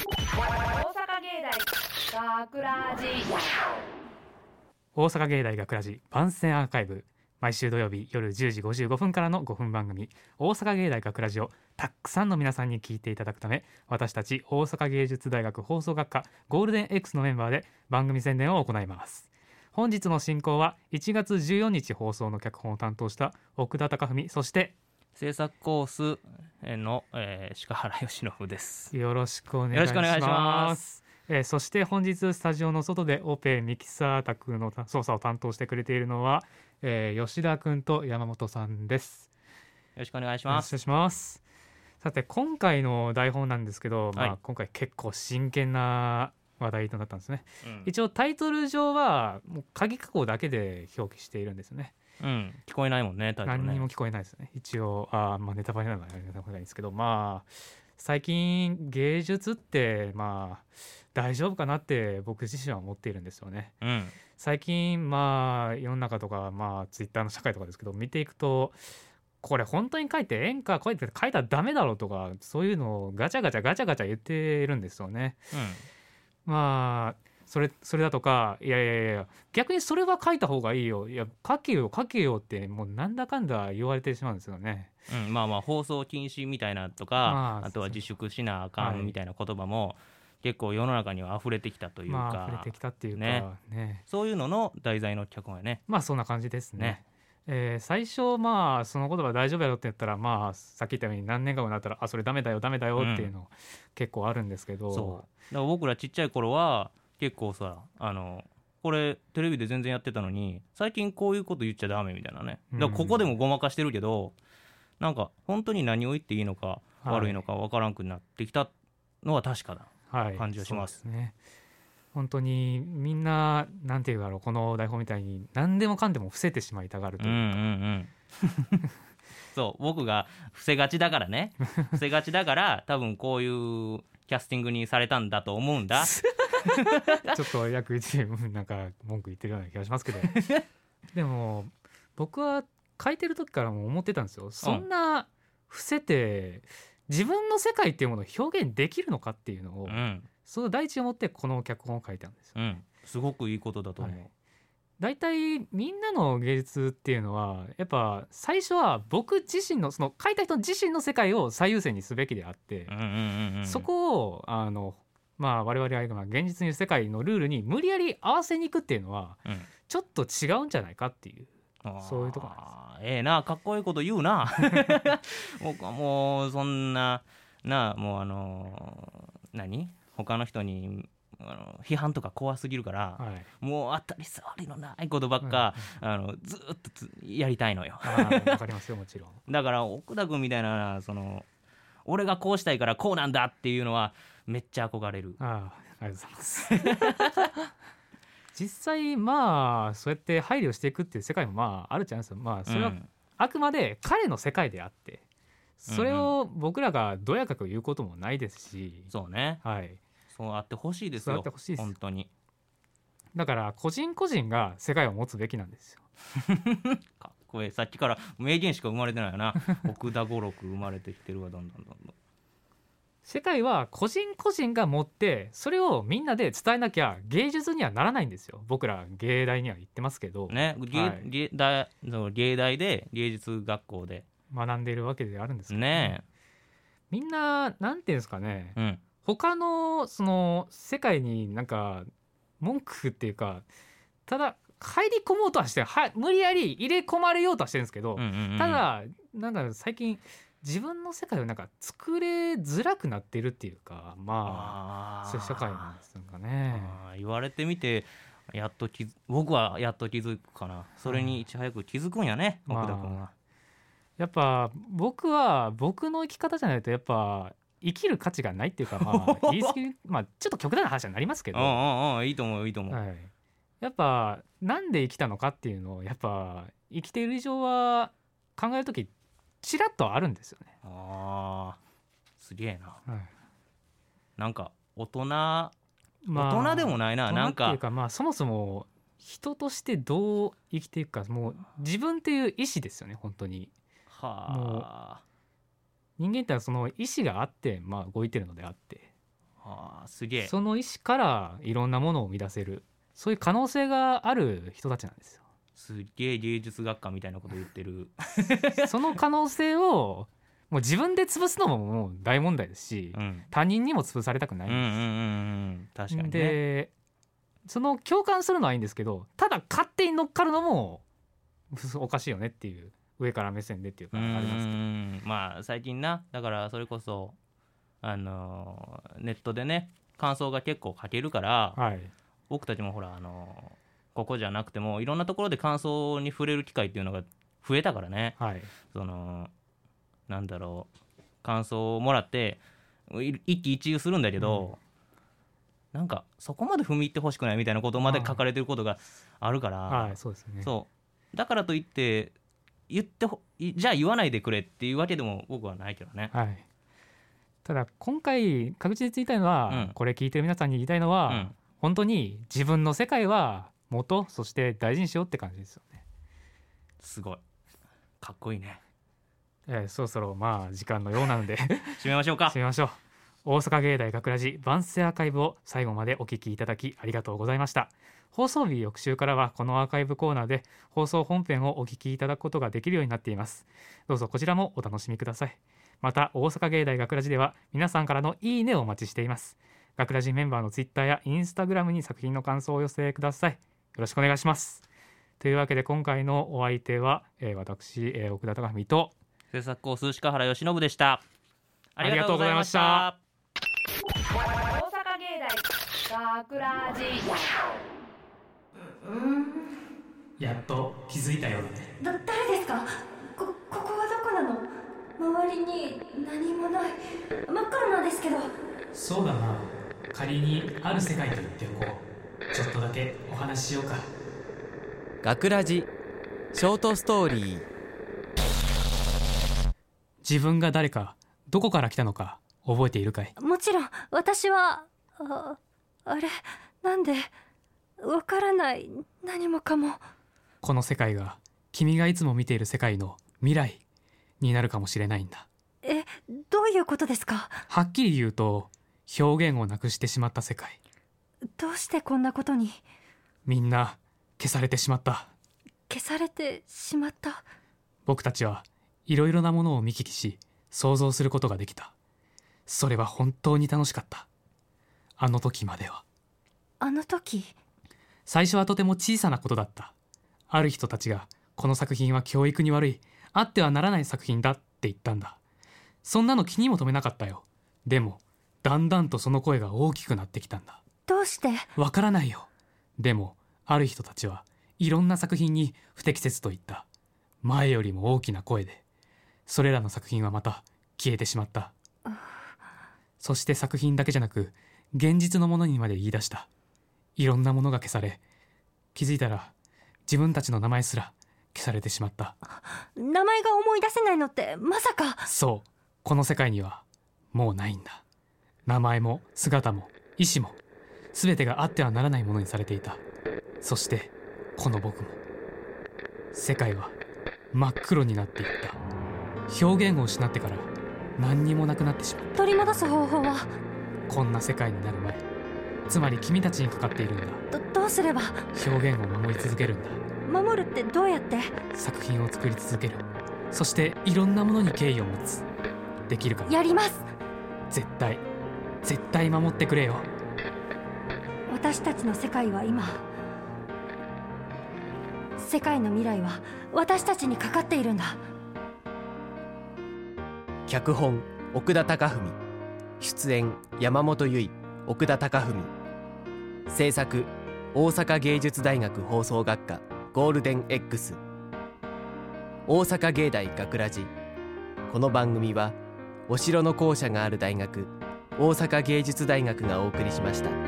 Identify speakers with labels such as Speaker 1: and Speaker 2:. Speaker 1: 大阪芸大学ラジ
Speaker 2: 大阪芸大学ラジ番宣アーカイブ毎週土曜日夜10時55分からの5分番組「大阪芸大学ラジをたくさんの皆さんに聞いていただくため私たち大阪芸術大学放送学科ゴールデン X のメンバーで番組宣伝を行います本日の進行は1月14日放送の脚本を担当した奥田貴文そして
Speaker 3: 制作コースの、えー、鹿原由伸です。
Speaker 2: よろしくお願い
Speaker 3: よ
Speaker 2: しま
Speaker 3: ろ
Speaker 2: す
Speaker 3: しくお願いします。
Speaker 2: えーそして本日スタジオの外でオペミキサー宅の操作を担当してくれているのは、えー吉田君と山本さんです
Speaker 3: よろしくお願いしま
Speaker 2: よ
Speaker 3: す。
Speaker 2: ろしくお願いしますさて今回の台本なんですけど、ま
Speaker 3: は
Speaker 2: あ
Speaker 3: い
Speaker 2: 今回結構真剣な話題となったんですね、
Speaker 3: うん
Speaker 2: 一応タイトル上はもう鍵括弧だけで表記しているんですよね
Speaker 3: うん、聞こえないもんね、タイトル
Speaker 2: 何に
Speaker 3: ね
Speaker 2: も。聞こえないですね一応あー、まあ、ネタバレなのはネタバレなんですけどまあ最近芸術ってまあ大丈夫かなって僕自身は思っているんですよね
Speaker 3: うん、
Speaker 2: 最近まあ世の中とかまあツイッターの社会とかですけど見ていくとこれ本当に書いて演歌こうやって書いたらダメだろうとかそういうのをガチャガチャガチャガチャ言ってるんですよね。まあそれそれだとかいやいやいやいや逆にそれは書いた方がいいよいや書けよ書けよってもうなんだかんだ言われてしまうんですよね。
Speaker 3: うん、うん、まあまあ放送禁止みたいなとか、
Speaker 2: ま
Speaker 3: あ
Speaker 2: あ、
Speaker 3: とは自粛しなあか
Speaker 2: はい
Speaker 3: んみたいな言葉も、結構世の中には溢れてきたというか、
Speaker 2: まあ溢れてきたっていうかね
Speaker 3: ねそういうのの題材の脚本やね。
Speaker 2: まあそんな感じですね。
Speaker 3: ね
Speaker 2: えー最初まあその言葉大丈夫やろって言ったらまあさっき言ったように何年か後になったらあそれダメだよダメだよっていうの結構あるんですけど、
Speaker 3: そう。だから僕らちっちゃい頃は結構さ、あの。これテレビで全然やってたのに最近こういうこと言っちゃダメみたいなねだからここでもごまかしてるけど、なんか本当に何を言っていいのか
Speaker 2: はい
Speaker 3: 悪いのか分からんくなってきたのは確かだ、
Speaker 2: はい、
Speaker 3: 感じはしま
Speaker 2: そ
Speaker 3: す
Speaker 2: うですね。本当にみんななんていうだろうこの台本みたいに何でもかんでも伏せてしまいたがると
Speaker 3: う
Speaker 2: い
Speaker 3: ん
Speaker 2: う、
Speaker 3: うんうん、 そう僕が伏せがちだからね伏せがちだから多分こういうキャスティングにされたんだと思うんだ
Speaker 2: ちょっと約一年なんか文句言ってるような気がします けどでも僕は書いてる時からも思ってたんですよそんな伏せて自分の世界っていうものを表現できるのかっていうのを、
Speaker 3: うん
Speaker 2: その第一を持ってこの脚本を書いたんですよ。
Speaker 3: うんすごくいいことだと思う、
Speaker 2: はい大体みんなの芸術っていうのはやっぱ最初は僕自身のその書いた人自身の世界を最優先にすべきであって
Speaker 3: う、んうんうんうん
Speaker 2: そこをあのまあ我々は今現実にいる世界のルールに無理やり合わせに行くっていうのは
Speaker 3: うん
Speaker 2: ちょっと違うんじゃないかっていう
Speaker 3: あー
Speaker 2: そういうとこな
Speaker 3: ええなかっこいいこと言うな 僕はもうそんななあもうあのー何他の人にあの批判とか怖すぎるから、
Speaker 2: はい
Speaker 3: もう当たり障りのないことばっか、あのずーっとつやりたいのよ
Speaker 2: あ ーわかりますよもちろん
Speaker 3: だから奥田君みたいなその俺がこうしたいからこうなんだっていうのはめっちゃ憧れる
Speaker 2: あーありがとうございます 実際まあそうやって配慮していくっていう世界もまああるじゃないですかまあそれは
Speaker 3: うん
Speaker 2: あくまで彼の世界であってそれを僕らがどやかく言うこともないですし、
Speaker 3: そうね
Speaker 2: はい、
Speaker 3: そうあってほしいです
Speaker 2: そうあ
Speaker 3: よ
Speaker 2: ってほしいです
Speaker 3: 本当に
Speaker 2: だから個人個人が世界を持つべきなんですよ。
Speaker 3: かっこいいさっきから名言しか生まれてない よな奥田五六生まれてきてるわどんどんどんどん
Speaker 2: 世界は個人個人が持ってそれをみんなで伝えなきゃ芸術にはならないんですよ僕ら芸大には言ってますけど、
Speaker 3: ね、芸
Speaker 2: はい
Speaker 3: 芸大その芸大で芸術学校で
Speaker 2: 学んでいるわけであるんですけど
Speaker 3: ね
Speaker 2: みんななんていうんですかね
Speaker 3: え、うん、
Speaker 2: 他のその世界になんか文句っていうかただ入り込もうとはしては無理やり入れ込まれようとはしてるんですけど、
Speaker 3: うんうんうん
Speaker 2: ただなんか最近自分の世界をなんか作れづらくなってるっていうかまあ
Speaker 3: あー
Speaker 2: そういう社会なんですかね。
Speaker 3: あー言われてみてやっと気づ僕はやっと気づくかなそれにいち早く気づくんやね、
Speaker 2: まあ
Speaker 3: 奥田君は、
Speaker 2: やっぱ僕は僕の生き方じゃないとやっぱ生きる価値がないっていうかま あ言い過ぎまあちょっと極端な話になりますけど、は
Speaker 3: うんうんうんいいと思ういいと思う、
Speaker 2: い、やっぱなんで生きたのかっていうのをやっぱ生きている以上は考える時ちらっとあるんですよね。
Speaker 3: あーすげえな
Speaker 2: はい
Speaker 3: なんか大人
Speaker 2: まあ
Speaker 3: 大人でもないな
Speaker 2: 大人
Speaker 3: なん
Speaker 2: ってい
Speaker 3: か
Speaker 2: うかまあそもそも人としてどう生きていくかもう自分っていう意思ですよね本当に
Speaker 3: はあ
Speaker 2: 人間ってのはその意思があってまあ動いてるのであって
Speaker 3: ああーすげえ
Speaker 2: その意思からいろんなものを生み出せるそういう可能性がある人たちなんです よ
Speaker 3: すげえ芸術学科みたいなこと言ってる
Speaker 2: その可能性をもう自分で潰すのももう大問題ですし、
Speaker 3: うん
Speaker 2: 他人にも潰されたくない
Speaker 3: うんうんうんうん確かにね
Speaker 2: でその共感するのはいいんですけどただ勝手に乗っかるのもふおかしいよねっていう上から目線でっていう
Speaker 3: う
Speaker 2: か
Speaker 3: んうん
Speaker 2: あ
Speaker 3: う
Speaker 2: りますけど
Speaker 3: んまあ最近なだからそれこそあのーネットでね感想が結構書けるから
Speaker 2: はい
Speaker 3: 僕たちもほらあのーここじゃなくてもいろんなところで感想に触れる機会っていうのが増えたからね
Speaker 2: はい
Speaker 3: そのなんだろう感想をもらってい一喜一憂するんだけど、なんかそこまで踏み入ってほしくないみたいなことまで書かれてることがあるから、
Speaker 2: はいそうですね
Speaker 3: そうだからといって言ってほいじゃあ言わないでくれっていうわけでも僕はないけどね。
Speaker 2: はいただ今回確実に言いたいのは、
Speaker 3: うん
Speaker 2: これ聞いてる皆さんに言いたいのは、
Speaker 3: うん
Speaker 2: 本当に自分の世界は元そして大事にしようって感じですよね、
Speaker 3: すごいかっこいいね。
Speaker 2: えーそろそろまあ時間のようなので
Speaker 3: 締めまし ょうか
Speaker 2: す。みましょう大阪芸大学ラジ万世アーカイブを最後までお聞きいただきありがとうございました放送日翌週からはこのアーカイブコーナーで放送本編をお聞きいただくことができるようになっていますどうぞこちらもお楽しみくださいまた大阪芸大学ラジでは皆さんからのいいねをお待ちしています学ラジメンバーのツイッターやインスタグラムに作品の感想をお寄せくださいよろしくお願いしますというわけで今回のお相手は、えー私、えー奥田貴文と
Speaker 3: 制作コース鹿原由伸でした。
Speaker 2: ありがとうございました
Speaker 3: ありがとうござい
Speaker 1: 大
Speaker 3: ま。
Speaker 1: 阪芸大学ラジ
Speaker 2: やっと気づいたよ
Speaker 4: だ誰ですかこここはどこなの周りに何もない真っ暗なんですけど
Speaker 2: そうだな仮にある世界と言っておこうちょっとだけお話ししようか
Speaker 5: 学ラジショートストーリー
Speaker 2: 自分が誰かどこから来たのか覚えているかい
Speaker 4: もちろん私はああれなんでわからない何もかも
Speaker 2: この世界が君がいつも見ている世界の未来になるかもしれないんだ
Speaker 4: えどういうことですか
Speaker 2: はっきり言うと表現をなくしてしまった世界
Speaker 4: どうしてこんなことに
Speaker 2: みんな消されてしまった
Speaker 4: 消されてしまった
Speaker 2: 僕たちはいろいろなものを見聞きし想像することができたそれは本当に楽しかったあの時までは
Speaker 4: あの時
Speaker 2: 最初はとても小さなことだったある人たちがこの作品は教育に悪いあってはならない作品だって言ったんだそんなの気にも留めなかったよでもだんだんとその声が大きくなってきたんだ
Speaker 4: どうして
Speaker 2: わからないよでもある人たちはいろんな作品に不適切と言った前よりも大きな声でそれらの作品はまた消えてしまったそして作品だけじゃなく現実のものにまで言い出したいろんなものが消され気づいたら自分たちの名前すら消されてしまった
Speaker 4: 名前が思い出せないのってまさか
Speaker 2: そうこの世界にはもうないんだ名前も姿も意志も全てがあってはならないものにされていたそしてこの僕も世界は真っ黒になっていった表現を失ってから何にもなくなってしまう
Speaker 4: 取り戻す方法は
Speaker 2: こんな世界になる前つまり君たちにかかっているんだ
Speaker 4: どどうすれば
Speaker 2: 表現を守り続けるんだ
Speaker 4: 守るってどうやって
Speaker 2: 作品を作り続けるそしていろんなものに敬意を持つできるかな
Speaker 4: やります
Speaker 2: 絶対絶対守ってくれよ
Speaker 4: 私たちの世界は今世界の未来は私たちにかかっているんだ
Speaker 5: 脚本奥田貴文出演山本由依奥田貴文制作大阪芸術大学放送学科ゴールデン X 大阪芸大学ラジこの番組はお城の校舎がある大学大阪芸術大学がお送りしました。